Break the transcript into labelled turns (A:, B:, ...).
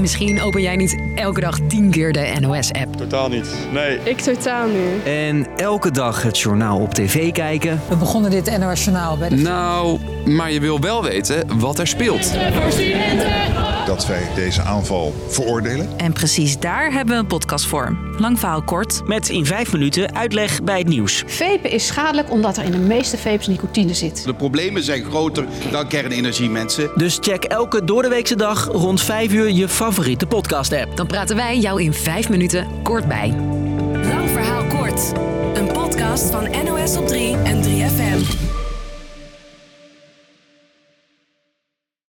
A: misschien open jij niet elke dag tien keer de NOS-app.
B: Totaal niet. Nee.
C: Ik totaal nu.
D: En elke dag het journaal op tv kijken.
E: We begonnen dit NOS Journaal bij de...
F: Nou, maar je wil wel weten wat er speelt.
G: dat wij deze aanval veroordelen.
H: En precies daar hebben we een podcast voor. Lang verhaal kort.
I: Met in vijf minuten uitleg bij het nieuws.
J: Vapen is schadelijk omdat er in de meeste vapes nicotine zit.
K: De problemen zijn groter dan kernenergie, mensen.
I: Dus check elke doordeweekse dag rond 5 uur je favoriete podcast-app.
A: Dan praten wij jou in vijf minuten kort bij.
L: Lang verhaal kort. Een podcast van NOS op 3 en 3FM.